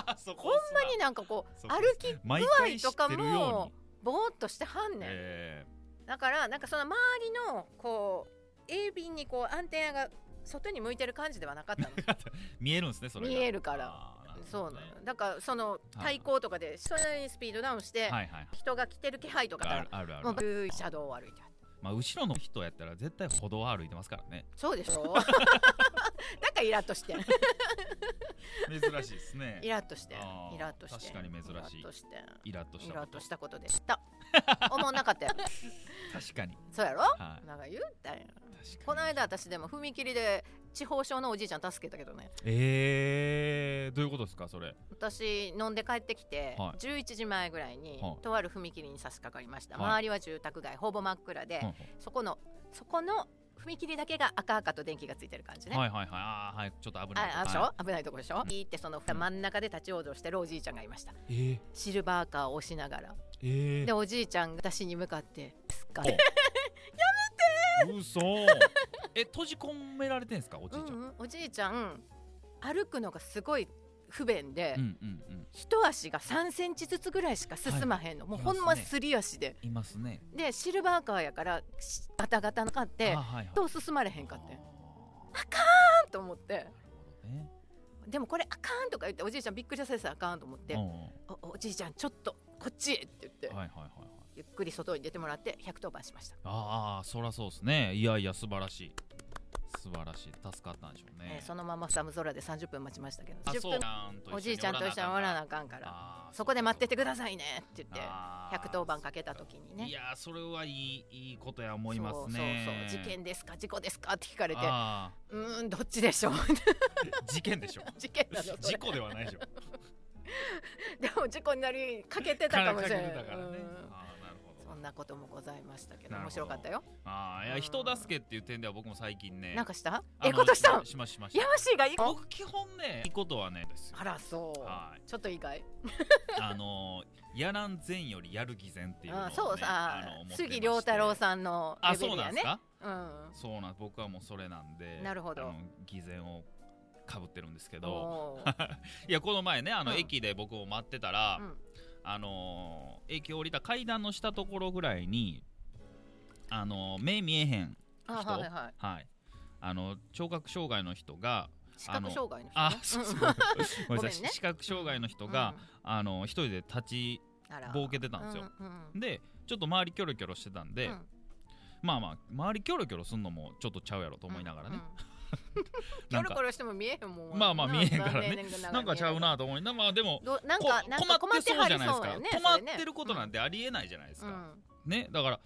[SPEAKER 1] あそこ
[SPEAKER 2] ほんまになんかこう
[SPEAKER 1] そう
[SPEAKER 2] 歩き
[SPEAKER 1] 毎
[SPEAKER 2] 具合
[SPEAKER 1] 回知
[SPEAKER 2] と
[SPEAKER 1] っ
[SPEAKER 2] か
[SPEAKER 1] てるよう
[SPEAKER 2] も
[SPEAKER 1] に
[SPEAKER 2] ぼーっとしてはんねん、
[SPEAKER 1] え
[SPEAKER 2] だからなんかその周りのこう鋭敏にこうアンテナが外に向いてる感じではなか
[SPEAKER 1] [LAUGHS]
[SPEAKER 2] ったの
[SPEAKER 1] ー見えるんですねそれが
[SPEAKER 2] 見えるから
[SPEAKER 1] あーなるほ
[SPEAKER 2] そう
[SPEAKER 1] ど
[SPEAKER 2] な
[SPEAKER 1] ね
[SPEAKER 2] のだからその対抗とかでそれなりにスピードダウンして
[SPEAKER 1] はいはい
[SPEAKER 2] 人が来てる気配とか
[SPEAKER 1] あ
[SPEAKER 2] か
[SPEAKER 1] るあるあ
[SPEAKER 2] ら
[SPEAKER 1] る
[SPEAKER 2] もうブー車道を歩いてはった
[SPEAKER 1] まあ、後ろの人やったら絶対歩道を歩いてますからね
[SPEAKER 2] そうでしょなん [LAUGHS] かイラッとして
[SPEAKER 1] 珍しいです
[SPEAKER 2] [LAUGHS]
[SPEAKER 1] ね
[SPEAKER 2] イラッとして
[SPEAKER 1] あー
[SPEAKER 2] イラッとして
[SPEAKER 1] 確かに珍しい
[SPEAKER 2] イラッとして
[SPEAKER 1] イラッとし
[SPEAKER 2] イ
[SPEAKER 1] た
[SPEAKER 2] ラッ
[SPEAKER 1] こと
[SPEAKER 2] したことでした思んな
[SPEAKER 1] [LAUGHS]
[SPEAKER 2] かったやろ
[SPEAKER 1] 確かに
[SPEAKER 2] そうやろ
[SPEAKER 1] はい
[SPEAKER 2] なんか言ったやん
[SPEAKER 1] 確かに
[SPEAKER 2] この間私でも踏切で地方症のおじいちゃん助けたけどね
[SPEAKER 1] えー、どういうことですかそれ
[SPEAKER 2] 私飲んで帰ってきて、
[SPEAKER 1] はい
[SPEAKER 2] 11時前ぐらいに、
[SPEAKER 1] はい
[SPEAKER 2] とある踏切に差し掛かりました、
[SPEAKER 1] はい
[SPEAKER 2] 周りは住宅街ほぼ真っ暗で、
[SPEAKER 1] うん
[SPEAKER 2] そこのそこの踏切だけが赤々と電気がついてる感じね、
[SPEAKER 1] はいはいはいあーはいちょっと危ない
[SPEAKER 2] ああでし
[SPEAKER 1] は
[SPEAKER 2] ょ危ないとこでしょ、
[SPEAKER 1] うん
[SPEAKER 2] ピーってその真ん中で立ち往生してるおじいちゃんがいました
[SPEAKER 1] いえ
[SPEAKER 2] シルバーカーを押しながら
[SPEAKER 1] ー、えー
[SPEAKER 2] で、おじいちゃんが私に向かって「すっか
[SPEAKER 1] おうそ [LAUGHS] え閉じ込められてんすかおじ
[SPEAKER 2] う
[SPEAKER 1] い
[SPEAKER 2] ん
[SPEAKER 1] ちゃん、
[SPEAKER 2] うんおじいちゃん歩くのがすごい不便で、
[SPEAKER 1] うんうんうん
[SPEAKER 2] 一足が3センチずつぐらいしか進まへんの、もうほん
[SPEAKER 1] いま
[SPEAKER 2] ます
[SPEAKER 1] ね
[SPEAKER 2] すり足で、
[SPEAKER 1] いますね
[SPEAKER 2] でシルバーカーやからしガタガタなかっ
[SPEAKER 1] あー
[SPEAKER 2] て
[SPEAKER 1] はいはい
[SPEAKER 2] どう進まれへんかってん
[SPEAKER 1] あ
[SPEAKER 2] と思って
[SPEAKER 1] ーなるほどね
[SPEAKER 2] でもこれあかんとか言っておじいちゃんびっくりさせたらあかんと思って、
[SPEAKER 1] うんうんはい
[SPEAKER 2] おおじいちゃんちょっとこっちへって言って、
[SPEAKER 1] はいはいはい
[SPEAKER 2] ゆっくり外に出てもらって110番しました、
[SPEAKER 1] ああそらそうですねいやいや素晴らしい素晴らしい助かったんでしょうね、
[SPEAKER 2] えーそのまま寒空で30分待ちましたけど
[SPEAKER 1] あ
[SPEAKER 2] 10
[SPEAKER 1] そう
[SPEAKER 2] 分
[SPEAKER 1] なんと一緒に
[SPEAKER 2] おじいちゃんと一緒におらなあかんから
[SPEAKER 1] あー
[SPEAKER 2] そこで待っててくださいねって言って
[SPEAKER 1] あー
[SPEAKER 2] 110番かけた時にね
[SPEAKER 1] いやーそれはいいいいことや思いますね
[SPEAKER 2] そうそうそう事件ですか事故ですかって聞かれて
[SPEAKER 1] あ
[SPEAKER 2] うーんどっちでしょう
[SPEAKER 1] ー事件で
[SPEAKER 2] [LAUGHS]
[SPEAKER 1] しょ
[SPEAKER 2] 事件なのそれ
[SPEAKER 1] 事故ではないでしょ
[SPEAKER 2] でも事故になりかけてたかもしれない
[SPEAKER 1] かけてたからね
[SPEAKER 2] うん
[SPEAKER 1] あーなるほ
[SPEAKER 2] そ
[SPEAKER 1] ど
[SPEAKER 2] んなこともございましたけど
[SPEAKER 1] なる
[SPEAKER 2] 面
[SPEAKER 1] ほど
[SPEAKER 2] 白かったよ
[SPEAKER 1] あーいや人助けっていう点では僕も最近ね
[SPEAKER 2] なんかした
[SPEAKER 1] あ
[SPEAKER 2] ええ
[SPEAKER 1] の
[SPEAKER 2] ことしたん
[SPEAKER 1] しましました
[SPEAKER 2] やましいがいいあ
[SPEAKER 1] 僕基本ねいいことはねですよ
[SPEAKER 2] らそう
[SPEAKER 1] はい
[SPEAKER 2] ちょっと意外
[SPEAKER 1] あのーやらん善よりやる偽善っていうのを、
[SPEAKER 2] あ
[SPEAKER 1] ね、
[SPEAKER 2] そうさ
[SPEAKER 1] あの思ってまして
[SPEAKER 2] 杉良太郎さんの
[SPEAKER 1] あ
[SPEAKER 2] レベ
[SPEAKER 1] そう
[SPEAKER 2] ル
[SPEAKER 1] な
[SPEAKER 2] や
[SPEAKER 1] んです
[SPEAKER 2] ね
[SPEAKER 1] か
[SPEAKER 2] うん
[SPEAKER 1] そうなん僕はもうそれなんで
[SPEAKER 2] なるほど
[SPEAKER 1] あの偽善をかぶってるんですけど [LAUGHS]
[SPEAKER 2] おー
[SPEAKER 1] いやこの前ねあの、
[SPEAKER 2] うん
[SPEAKER 1] 駅で僕を待ってたら、
[SPEAKER 2] うん
[SPEAKER 1] あのー駅を降りた階段の下ところぐらいにあのー目見えへん
[SPEAKER 2] あ
[SPEAKER 1] 人
[SPEAKER 2] はいはい
[SPEAKER 1] はいあの聴覚障害の人が
[SPEAKER 2] 視覚障害の人
[SPEAKER 1] あそう
[SPEAKER 2] [LAUGHS]
[SPEAKER 1] そうごめんな
[SPEAKER 2] ごめん
[SPEAKER 1] さ
[SPEAKER 2] ね
[SPEAKER 1] い視覚障害の人が、あの一人で立ちぼうけてたんですよでちょっと周りキョロキョロしてたんで、まあまあ周りキョロキョロすんのもちょっとちゃうやろと
[SPEAKER 2] と
[SPEAKER 1] 思いながらね、
[SPEAKER 2] キ
[SPEAKER 1] なん
[SPEAKER 2] ョロ
[SPEAKER 1] か
[SPEAKER 2] キョロしても見えへんもん
[SPEAKER 1] まあまあ見えへんからね
[SPEAKER 2] 残念がら
[SPEAKER 1] なんかちゃうなと思いなまあでも
[SPEAKER 2] どなんか
[SPEAKER 1] こ
[SPEAKER 2] なんか困ってはり
[SPEAKER 1] ないです
[SPEAKER 2] そう
[SPEAKER 1] か
[SPEAKER 2] やね
[SPEAKER 1] 止まってることなん
[SPEAKER 2] で
[SPEAKER 1] てありえないじゃないですすか、ねだから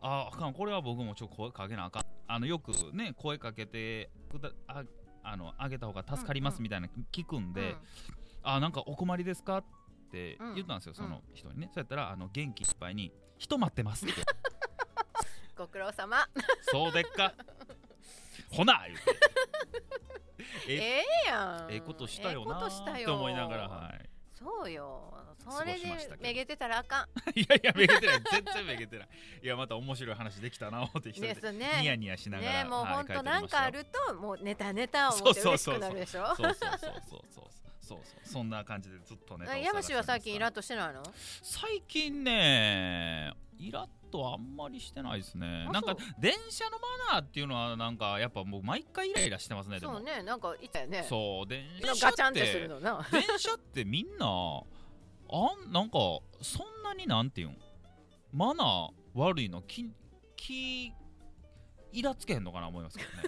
[SPEAKER 1] ああかんこれは僕もちょっと声かけなあかんあのよくね声かけてくだああのあげた方が助かりま
[SPEAKER 2] うんう
[SPEAKER 1] す
[SPEAKER 2] ん
[SPEAKER 1] みたいなの聞くんで、あなんかお困りですかって言ったんですよ、
[SPEAKER 2] うん
[SPEAKER 1] その人にねそうやったらあの元気いっぱいに人待ってますって [LAUGHS]
[SPEAKER 2] ご苦労様
[SPEAKER 1] そうでっかほな言うてえ
[SPEAKER 2] ええやん
[SPEAKER 1] ええことしたよな
[SPEAKER 2] ええことした
[SPEAKER 1] ーっ
[SPEAKER 2] よ
[SPEAKER 1] て思いながら、は
[SPEAKER 2] そうよそれ
[SPEAKER 1] 過ごしましたけ
[SPEAKER 2] で
[SPEAKER 1] ど
[SPEAKER 2] めげてたらあか
[SPEAKER 1] い、 [LAUGHS] いやいやめげてない全然めげてないいやまた面白い話できたな思って一
[SPEAKER 2] ん
[SPEAKER 1] 人
[SPEAKER 2] で
[SPEAKER 1] ですニヤ
[SPEAKER 2] ね
[SPEAKER 1] ニヤしながら、
[SPEAKER 2] ねもう
[SPEAKER 1] はい
[SPEAKER 2] 本
[SPEAKER 1] 帰っ
[SPEAKER 2] 当
[SPEAKER 1] てきま
[SPEAKER 2] な
[SPEAKER 1] し
[SPEAKER 2] ん
[SPEAKER 1] たよ
[SPEAKER 2] かあるともうネタネタを思って嬉しくなるでしょ
[SPEAKER 1] そうそうそうそうそうそうそうそんな感じでずっとね
[SPEAKER 2] 山氏は最近イラッ
[SPEAKER 1] と
[SPEAKER 2] としてないの
[SPEAKER 1] 最近ねイラッとあんまりしてないですね
[SPEAKER 2] あ
[SPEAKER 1] なんか
[SPEAKER 2] そ
[SPEAKER 1] 電車のマナーっていうのはなんかやっぱもう毎回イライラしてますねでも
[SPEAKER 2] そうねなんかいたよね
[SPEAKER 1] そう電
[SPEAKER 2] の
[SPEAKER 1] 車
[SPEAKER 2] ガ
[SPEAKER 1] っ
[SPEAKER 2] チャンってする
[SPEAKER 1] て
[SPEAKER 2] の [LAUGHS] な
[SPEAKER 1] 電車ってみんなあんなんかそんなになんていうんマナー悪いのききイラつけへんのかな思いますけどね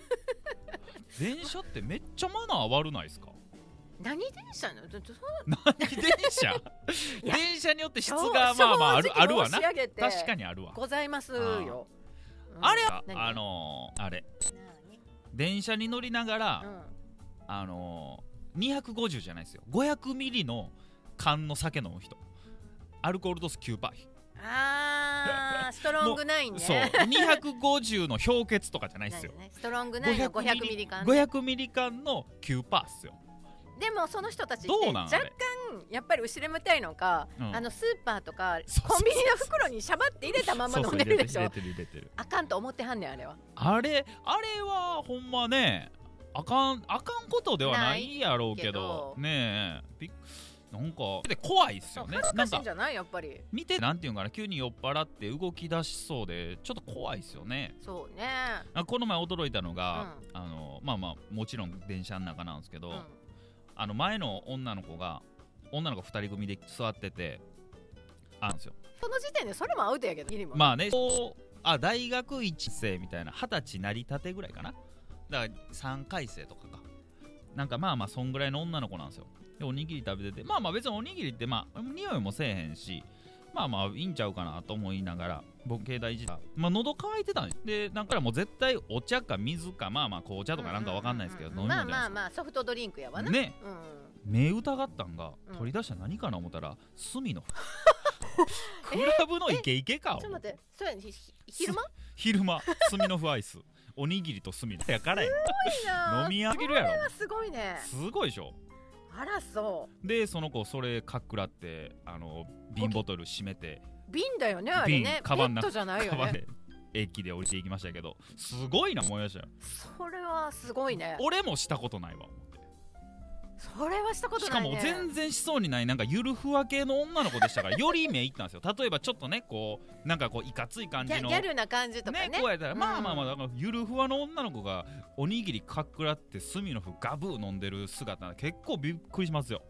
[SPEAKER 2] [LAUGHS]
[SPEAKER 1] 電車ってめっちゃマナー悪ないですか
[SPEAKER 2] 何電車なのどど
[SPEAKER 1] 何電車
[SPEAKER 2] いや
[SPEAKER 1] 電車によって質がまあまああるあるわな
[SPEAKER 2] 正直申し上げて
[SPEAKER 1] 確かにあるわ
[SPEAKER 2] ございますようん
[SPEAKER 1] あれは
[SPEAKER 2] 何
[SPEAKER 1] あのーあれ
[SPEAKER 2] 何
[SPEAKER 1] 電車に乗りながら、
[SPEAKER 2] うん
[SPEAKER 1] あのー、250じゃないですよ500ミリの缶の酒飲む人アルコール度数9倍、
[SPEAKER 2] あーストロングナインね
[SPEAKER 1] そう250の氷結とかじゃないですよ
[SPEAKER 2] 何々ストロングナインの500ミリ缶ね
[SPEAKER 1] 500ミリ缶の9%っすよ、
[SPEAKER 2] でもその人たちって
[SPEAKER 1] どうなんあ
[SPEAKER 2] 若
[SPEAKER 1] れ
[SPEAKER 2] 干やっぱり後ろめたいのか、
[SPEAKER 1] うん
[SPEAKER 2] あのスーパーとか
[SPEAKER 1] そうそうそう
[SPEAKER 2] コンビニの袋にしゃばって入れたまま飲んでるでし
[SPEAKER 1] そうそう入れ
[SPEAKER 2] ょ
[SPEAKER 1] てる入れてる入れてる
[SPEAKER 2] あかんと思ってはんねんあれは
[SPEAKER 1] あれあれはほんまねあかんあかんことではないやろうけど
[SPEAKER 2] ないけど
[SPEAKER 1] ねえびっなんかで怖いっす
[SPEAKER 2] そ
[SPEAKER 1] よ
[SPEAKER 2] う
[SPEAKER 1] ね
[SPEAKER 2] 恥ず
[SPEAKER 1] なん
[SPEAKER 2] かしい
[SPEAKER 1] か
[SPEAKER 2] んじゃないやっぱり
[SPEAKER 1] 見てなんていうんかな急に酔っ払って動き出しそうでちょっと怖いっすよね
[SPEAKER 2] そうね
[SPEAKER 1] あこの前驚いたのが、あのまあまあもちろん電車の中なんですけど、
[SPEAKER 2] うん
[SPEAKER 1] あの前の女の子が女の子2人組で座っててあなんですよ
[SPEAKER 2] その時点でそれもアウトやけどギリも
[SPEAKER 1] まあねそうあ大学1生みたいな二十歳なりたてぐらいかなだから3回生とかかなんかまあまあそんぐらいの女の子なんですよでおにぎり食べててまあまあ別におにぎりってまあ匂いもせえへんしまあまあいいんちゃうかなと思いながら僕携帯いじったまあ喉乾いてたんよでなんかもう絶対お茶か水かまあまあ紅茶とかなんかわかんないですけど
[SPEAKER 2] う
[SPEAKER 1] 飲
[SPEAKER 2] う
[SPEAKER 1] み
[SPEAKER 2] う
[SPEAKER 1] 物じ
[SPEAKER 2] ま
[SPEAKER 1] ゃ
[SPEAKER 2] あ
[SPEAKER 1] な
[SPEAKER 2] ま
[SPEAKER 1] い
[SPEAKER 2] あまあソフトドリンクやわ
[SPEAKER 1] です
[SPEAKER 2] な
[SPEAKER 1] かね
[SPEAKER 2] うん
[SPEAKER 1] 目疑ったんが
[SPEAKER 2] うん
[SPEAKER 1] 取り出した何かな思った
[SPEAKER 2] [LAUGHS]
[SPEAKER 1] ら炭の [LAUGHS] クラブのイケイケか
[SPEAKER 2] ちょっと待ってそれひひ昼間
[SPEAKER 1] 昼間炭のフアイスおにぎりと炭のやからやん
[SPEAKER 2] いいなあ
[SPEAKER 1] 飲み屋すぎるやろ
[SPEAKER 2] それはすごいね
[SPEAKER 1] すごいでしょ
[SPEAKER 2] あらそう
[SPEAKER 1] でその子それかっくらってあの瓶ボトル閉めて
[SPEAKER 2] 瓶だよねあれね
[SPEAKER 1] 瓶カバン
[SPEAKER 2] ペ
[SPEAKER 1] な
[SPEAKER 2] ットじゃないよ
[SPEAKER 1] カバン
[SPEAKER 2] ね
[SPEAKER 1] で駅で降りていきましたけどすごいな思いましたよ
[SPEAKER 2] それはすごいね
[SPEAKER 1] 俺もしたことないわ思って
[SPEAKER 2] それはしたこと
[SPEAKER 1] しか
[SPEAKER 2] ない
[SPEAKER 1] も
[SPEAKER 2] ね
[SPEAKER 1] 全然しそうにないなんかゆるふわ系の女の子でしたからより目いったんですよ例えばちょっとねこうなんかこういかつい感
[SPEAKER 2] ギ
[SPEAKER 1] じ
[SPEAKER 2] ャ
[SPEAKER 1] の
[SPEAKER 2] ギャルな感じとかね
[SPEAKER 1] こうやったら、
[SPEAKER 2] うん
[SPEAKER 1] まあまあまあだからゆるふわの女の子がおにぎりかっくらって炭のふガブー飲んでる姿結構びっくりしますよ、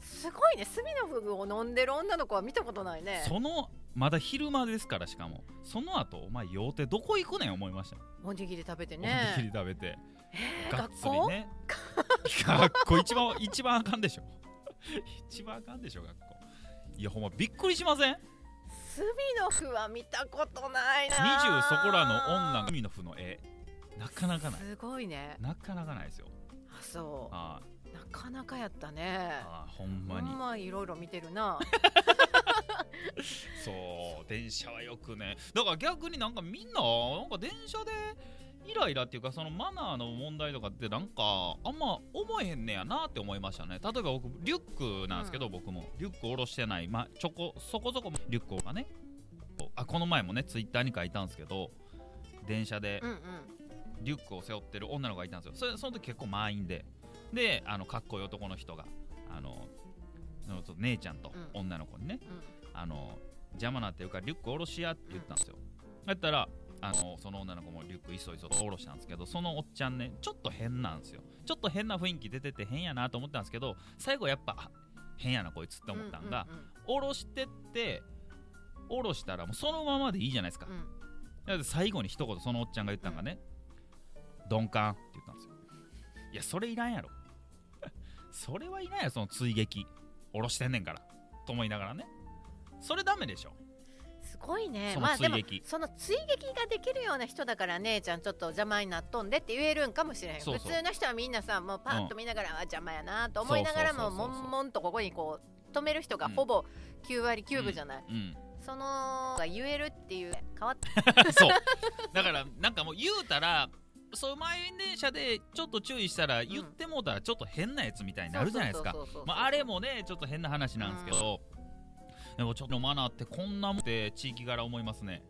[SPEAKER 2] すごいねスミノフグを飲んでる女の子は見たことないね
[SPEAKER 1] そのまだ昼間ですからしかもその後お前用手どこ行くねん思いましたよ、
[SPEAKER 2] おにぎり食べて
[SPEAKER 1] おにぎ
[SPEAKER 2] ね
[SPEAKER 1] り食べて
[SPEAKER 2] えー
[SPEAKER 1] がっ
[SPEAKER 2] 学
[SPEAKER 1] つり
[SPEAKER 2] 校
[SPEAKER 1] ね学校一番一番あかんでしょ一番あかんでしょ学校いやほんまびっくりしません
[SPEAKER 2] スミノフは見たことないな
[SPEAKER 1] 20そこらの女が海の夫の絵なかなかない
[SPEAKER 2] すごいね
[SPEAKER 1] なかなかないですよ
[SPEAKER 2] あそう
[SPEAKER 1] あ
[SPEAKER 2] なかなかやったね
[SPEAKER 1] ーあーほん
[SPEAKER 2] ほ
[SPEAKER 1] まに
[SPEAKER 2] んまいろいろ見てるな
[SPEAKER 1] そう電車はよくねだから逆になんかみんななんか電車でイライラっていうかそのマナーの問題とかってなんかあんま思えへんねやなって思いましたね例えば僕リュックなんですけど、僕もリュック下ろしてない、まあ、ちょこそこそこリュックがねこうあこの前もねツイッターに書いたんですけど電車で
[SPEAKER 2] うんうん
[SPEAKER 1] リュックを背負ってる女の子がいたんですよそれその時結構満員でであのかっこいい男の人があのその姉ちゃんと
[SPEAKER 2] うん
[SPEAKER 1] 女の子にね、
[SPEAKER 2] うん
[SPEAKER 1] あの邪魔なっていうからリュック下ろしやって言ったんですよ、だったらあのその女の子もリュックいそいそと下ろしたんですけどそのおっちゃんねちょっと変なんですよちょっと変な雰囲気出てて変やなと思ったんですけど最後やっぱあ変やなこいつって思ったんが、
[SPEAKER 2] うん
[SPEAKER 1] 下ろしてって下ろしたらもうそのままでいいじゃないですか
[SPEAKER 2] うんう、んうん
[SPEAKER 1] だって最後に一言そのおっちゃんが言ったんがね、鈍感って言ったんですよいやそれいらんやろ [LAUGHS] それはいらんやろその追撃下ろしてんねんからと思いながらねそれダメでしょ
[SPEAKER 2] すごいね
[SPEAKER 1] その
[SPEAKER 2] まあでも
[SPEAKER 1] 追撃
[SPEAKER 2] その追撃ができるような人だから姉ちゃんちょっと邪魔になっとんでって言えるんかもしれへん
[SPEAKER 1] そうそう
[SPEAKER 2] 普通の人はみんなさもうパッと見ながら、あ邪魔やなと思いながらも
[SPEAKER 1] そうそうそう
[SPEAKER 2] も
[SPEAKER 1] そうん
[SPEAKER 2] もんとここにこう止める人が
[SPEAKER 1] うん
[SPEAKER 2] ほぼ9割9分じゃない、
[SPEAKER 1] うん
[SPEAKER 2] そのが言えるっていう変わっ
[SPEAKER 1] [LAUGHS]
[SPEAKER 2] た
[SPEAKER 1] そうだからなんかもう言うたらそう満員電車でちょっと注意したら言ってもうたらちょっと変なやつみたいになるじゃないですか
[SPEAKER 2] そうそうそうそう
[SPEAKER 1] まあ、あれもねちょっと変な話なんですけど、でもちょっとマナーってこんなもんって地域柄思います
[SPEAKER 2] [LAUGHS]
[SPEAKER 1] ね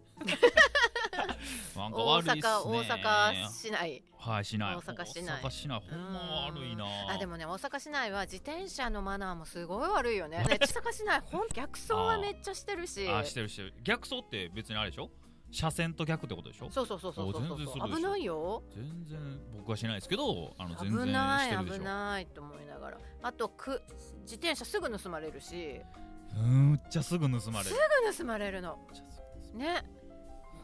[SPEAKER 1] なんか
[SPEAKER 2] 大
[SPEAKER 1] 悪いっすね
[SPEAKER 2] 阪大阪市内
[SPEAKER 1] はいしない
[SPEAKER 2] 大阪市内
[SPEAKER 1] 大阪市内ほんま悪いな
[SPEAKER 2] うんあでもね大阪市内は自転車のマナーもすごい悪い
[SPEAKER 1] [LAUGHS]
[SPEAKER 2] よねね大阪市内ほん逆走はめっちゃしてるし
[SPEAKER 1] あしてるしてる逆走って別にあれでしょ車線と逆ってことでしょ
[SPEAKER 2] そうそうそうそうそう
[SPEAKER 1] お全然す
[SPEAKER 2] そ
[SPEAKER 1] るでしょ
[SPEAKER 2] う危ないよ
[SPEAKER 1] 全然僕はしないですけどあの全然
[SPEAKER 2] 危な
[SPEAKER 1] してる
[SPEAKER 2] い
[SPEAKER 1] でし
[SPEAKER 2] 危
[SPEAKER 1] ょ
[SPEAKER 2] ないと思いながらあとく自転車すぐ盗まれるし
[SPEAKER 1] うーんむっちゃすぐ盗まれる
[SPEAKER 2] すぐ盗まれるの
[SPEAKER 1] むっちゃすぐ盗まれる
[SPEAKER 2] ね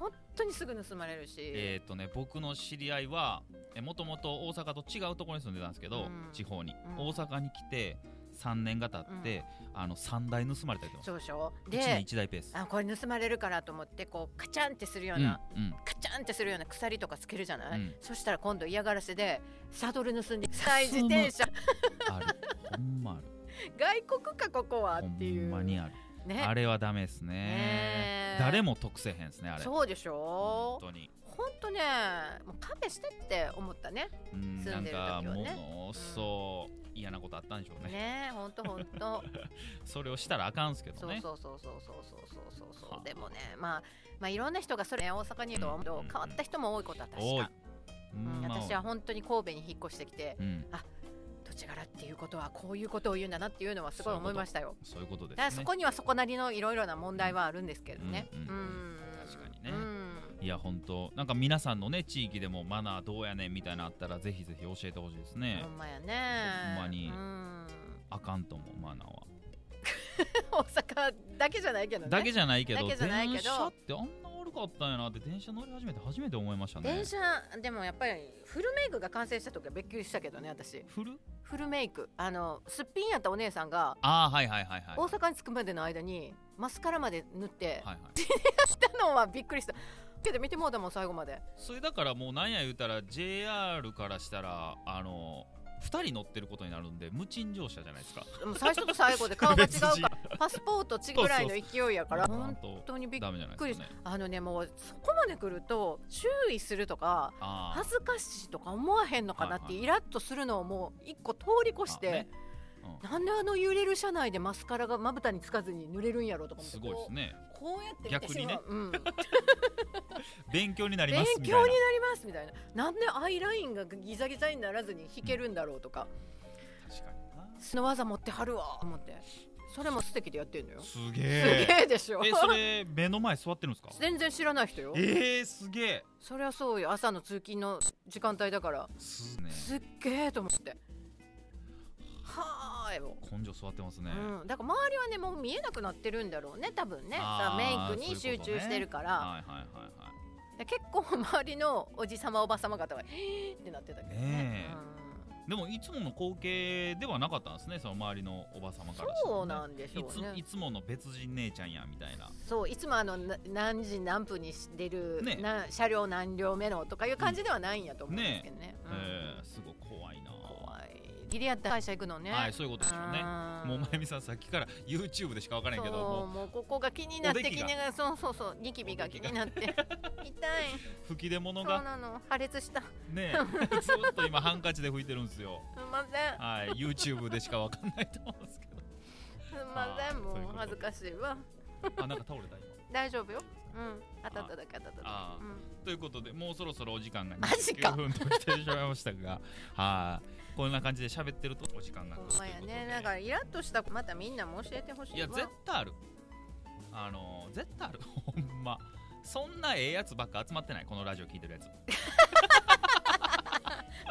[SPEAKER 2] 本当にすぐ盗まれるし、
[SPEAKER 1] えっ、とね僕の知り合いはえもともと大阪と違うところに住んでたんですけど、
[SPEAKER 2] うん
[SPEAKER 1] 地方に、
[SPEAKER 2] うん
[SPEAKER 1] 大阪に来て3年が経って、あの3台盗まれたりとか
[SPEAKER 2] そうでしょ
[SPEAKER 1] 1年
[SPEAKER 2] で
[SPEAKER 1] 1台ペース
[SPEAKER 2] あこれ盗まれるからと思ってこうカチャンってするような、
[SPEAKER 1] うんうん
[SPEAKER 2] カチャンってするような鎖とかつけるじゃない、
[SPEAKER 1] うん
[SPEAKER 2] そしたら今度嫌がらせでサドル盗んで最自転車
[SPEAKER 1] あるほん
[SPEAKER 2] [LAUGHS]
[SPEAKER 1] ま
[SPEAKER 2] 外国かここは
[SPEAKER 1] ある
[SPEAKER 2] っ
[SPEAKER 1] ほ
[SPEAKER 2] てい
[SPEAKER 1] ん
[SPEAKER 2] う
[SPEAKER 1] まにある
[SPEAKER 2] ね
[SPEAKER 1] あれはダメですね
[SPEAKER 2] ねえ
[SPEAKER 1] 誰も得せへんですねあれ
[SPEAKER 2] そうでし
[SPEAKER 1] 本
[SPEAKER 2] ょ
[SPEAKER 1] 当に
[SPEAKER 2] 本当ねもう勘弁してって思ったね
[SPEAKER 1] うん
[SPEAKER 2] 住
[SPEAKER 1] なんん
[SPEAKER 2] でる時
[SPEAKER 1] か
[SPEAKER 2] はね
[SPEAKER 1] ものそう嫌なことあったんでしょうね
[SPEAKER 2] ね本当本当
[SPEAKER 1] [LAUGHS] それをしたらあかんすけど
[SPEAKER 2] そう
[SPEAKER 1] ね
[SPEAKER 2] そうそうそうそうそうそうそう
[SPEAKER 1] はあ
[SPEAKER 2] でもねまあまあいろんな人がそれね大阪にいるとは思うけど
[SPEAKER 1] うん
[SPEAKER 2] 変わった人も多いことは確
[SPEAKER 1] おい
[SPEAKER 2] か、うん、私は本当に神戸に引っ越してきて
[SPEAKER 1] うん
[SPEAKER 2] 土地柄っていうことはこういうことを言うんだなっていうのはすごい思いましたよ
[SPEAKER 1] そういうことです
[SPEAKER 2] ただ
[SPEAKER 1] ね
[SPEAKER 2] そこにはそこなりのいろいろな問題はあるんですけどね
[SPEAKER 1] うんうん
[SPEAKER 2] うん
[SPEAKER 1] 確かにね
[SPEAKER 2] うん
[SPEAKER 1] いや本当なんか皆さんのね地域でもマナーどうやねんみたいなのあったらぜひぜひ教えてほしいですね
[SPEAKER 2] ほ、んまやね
[SPEAKER 1] ほんまに
[SPEAKER 2] うん
[SPEAKER 1] あかんと思うマナーは、
[SPEAKER 2] 大阪だけじゃないけどね
[SPEAKER 1] だけじゃないけど
[SPEAKER 2] だけじゃないけ
[SPEAKER 1] 電
[SPEAKER 2] ど
[SPEAKER 1] 車ってあんな悪悪かったんやなって電車乗り始めて初めて思いましたね
[SPEAKER 2] 電車でもやっぱりフルメイクが完成した時はびっくりしたけどね私
[SPEAKER 1] フル
[SPEAKER 2] フルメイクあのすっぴんやったお姉さんが
[SPEAKER 1] ああはいはいはいはい
[SPEAKER 2] 大阪に着くまでの間にマスカラまで塗って
[SPEAKER 1] はいはい
[SPEAKER 2] [LAUGHS] したのはびっくりしたけど見てもうたもん最後まで
[SPEAKER 1] それだからもうなんや言うたら JR からしたらあの2人乗ってることになるんで無賃乗車じゃないですか
[SPEAKER 2] もう最初と最後で顔が違う
[SPEAKER 1] 別 [LAUGHS]
[SPEAKER 2] か
[SPEAKER 1] 人
[SPEAKER 2] らパスポート違ぐらいの勢いやから
[SPEAKER 1] なん
[SPEAKER 2] 本
[SPEAKER 1] と
[SPEAKER 2] 当にびっ
[SPEAKER 1] ダメじゃない
[SPEAKER 2] く
[SPEAKER 1] で
[SPEAKER 2] り
[SPEAKER 1] す
[SPEAKER 2] し
[SPEAKER 1] かね
[SPEAKER 2] あのねもうそこまで来ると注意するとか
[SPEAKER 1] あー
[SPEAKER 2] 恥ずかしいとか思わへんのかなっ
[SPEAKER 1] はいは
[SPEAKER 2] て
[SPEAKER 1] い
[SPEAKER 2] イラッとするのをもう一個通り越して、
[SPEAKER 1] あねう
[SPEAKER 2] なんであの揺れる車内でマスカラがまぶたにつかずに濡れるんやろうとか
[SPEAKER 1] ん
[SPEAKER 2] 思っ
[SPEAKER 1] す
[SPEAKER 2] て
[SPEAKER 1] ごいですね
[SPEAKER 2] こうこうやって見てしまううん、
[SPEAKER 1] 勉強になりま
[SPEAKER 2] 勉
[SPEAKER 1] すみたい
[SPEAKER 2] 強
[SPEAKER 1] な
[SPEAKER 2] になりますみたいななんでアイラインがギザギザにならずに引けるんだろうとか、
[SPEAKER 1] 確かにな
[SPEAKER 2] その技持ってはるわ思ってそれも素敵でやってんのよ、
[SPEAKER 1] すげえ
[SPEAKER 2] すげえでしょ
[SPEAKER 1] えそれ目の前座ってるんですか
[SPEAKER 2] 全然知らない人よ
[SPEAKER 1] えー、すげえ
[SPEAKER 2] そりゃそうよ朝の通勤の時間帯だから
[SPEAKER 1] すね
[SPEAKER 2] すっげえと思ってはーいもう
[SPEAKER 1] 根性座ってますね、
[SPEAKER 2] うん、だから周りはねもう見えなくなってるんだろうね多分ね
[SPEAKER 1] あー
[SPEAKER 2] さメイクに
[SPEAKER 1] そうい
[SPEAKER 2] 集
[SPEAKER 1] うことね
[SPEAKER 2] 中してるから
[SPEAKER 1] はいはいはいはい
[SPEAKER 2] で結構周りのおじさまおばさま方が「へーってなってたけどね
[SPEAKER 1] ねえでもいつもの光景ではなかったんですねその周りのおばさまからして
[SPEAKER 2] うん、そ
[SPEAKER 1] も
[SPEAKER 2] う
[SPEAKER 1] ね
[SPEAKER 2] なんでしょう
[SPEAKER 1] い
[SPEAKER 2] ね
[SPEAKER 1] ついつもの別人姉ちゃんやみたいな
[SPEAKER 2] そういつもあのな何時何分に出る、
[SPEAKER 1] ね
[SPEAKER 2] な車両何両目のとかいう感じではないんやと思うんですけどねうん
[SPEAKER 1] えー、すごい怖いな
[SPEAKER 2] 怖いギリアって会社行くのね、
[SPEAKER 1] はいそういうことでしょうね
[SPEAKER 2] あー
[SPEAKER 1] もうまゆみさんさっきから YouTube でしか分からへんけど
[SPEAKER 2] そう
[SPEAKER 1] も
[SPEAKER 2] もうここが気になっ
[SPEAKER 1] おで
[SPEAKER 2] て
[SPEAKER 1] き
[SPEAKER 2] 気
[SPEAKER 1] が
[SPEAKER 2] になるそうそうそうニキビが気になって痛い
[SPEAKER 1] 吹き出
[SPEAKER 2] そ
[SPEAKER 1] 物
[SPEAKER 2] う
[SPEAKER 1] が
[SPEAKER 2] なの破裂した
[SPEAKER 1] ね [LAUGHS] ずっと今ハンカチで拭いてるんですよ
[SPEAKER 2] すんません
[SPEAKER 1] はい YouTube でしか分かんないと思うんですけ
[SPEAKER 2] すんません、も
[SPEAKER 1] あーそういうこ
[SPEAKER 2] う
[SPEAKER 1] と
[SPEAKER 2] 恥ずかしいわ。
[SPEAKER 1] どあなんか倒れた今
[SPEAKER 2] 大丈夫よ。うん、当たっただけ当たっただけ。
[SPEAKER 1] あー
[SPEAKER 2] うん
[SPEAKER 1] ということでもうそろそろお時間が
[SPEAKER 2] マジか
[SPEAKER 1] 29分と来てしまいましたが [LAUGHS] はいこんな感じで喋ってるとお時間が来る
[SPEAKER 2] ほん
[SPEAKER 1] と
[SPEAKER 2] ま
[SPEAKER 1] いう
[SPEAKER 2] や
[SPEAKER 1] ことで
[SPEAKER 2] ね、なんかイラッとした、またみんなも教えてほしいわ。
[SPEAKER 1] いや絶対あるあのー絶対ある [LAUGHS] ほんまそんなええやつばっか集まってないこのラジオ聞いてるやつ絶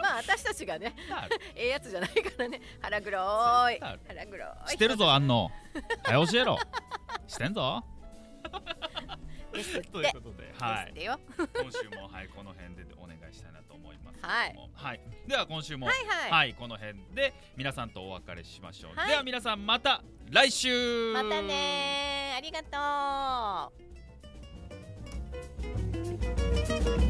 [SPEAKER 2] まあ、私たちがね、
[SPEAKER 1] 対あ
[SPEAKER 2] [LAUGHS]
[SPEAKER 1] る
[SPEAKER 2] ええやつじゃないか
[SPEAKER 1] [LAUGHS]
[SPEAKER 2] らね、腹黒ーい。
[SPEAKER 1] 絶対ある
[SPEAKER 2] 腹黒ーい。
[SPEAKER 1] してるぞあんの早教えろ [LAUGHS] してん
[SPEAKER 2] [LAUGHS]
[SPEAKER 1] ぞ
[SPEAKER 2] ですっ
[SPEAKER 1] [LAUGHS]
[SPEAKER 2] て。
[SPEAKER 1] ということで、はい
[SPEAKER 2] です、ってよ。
[SPEAKER 1] 今週も、はい、この辺でお願いしたいなと思いますけ
[SPEAKER 2] はい
[SPEAKER 1] ども、はい、では今週も、はい
[SPEAKER 2] はいはい。
[SPEAKER 1] この辺で皆さんとお別れしましょう、
[SPEAKER 2] はい
[SPEAKER 1] では皆さんまた来週
[SPEAKER 2] またねー、ありがとう。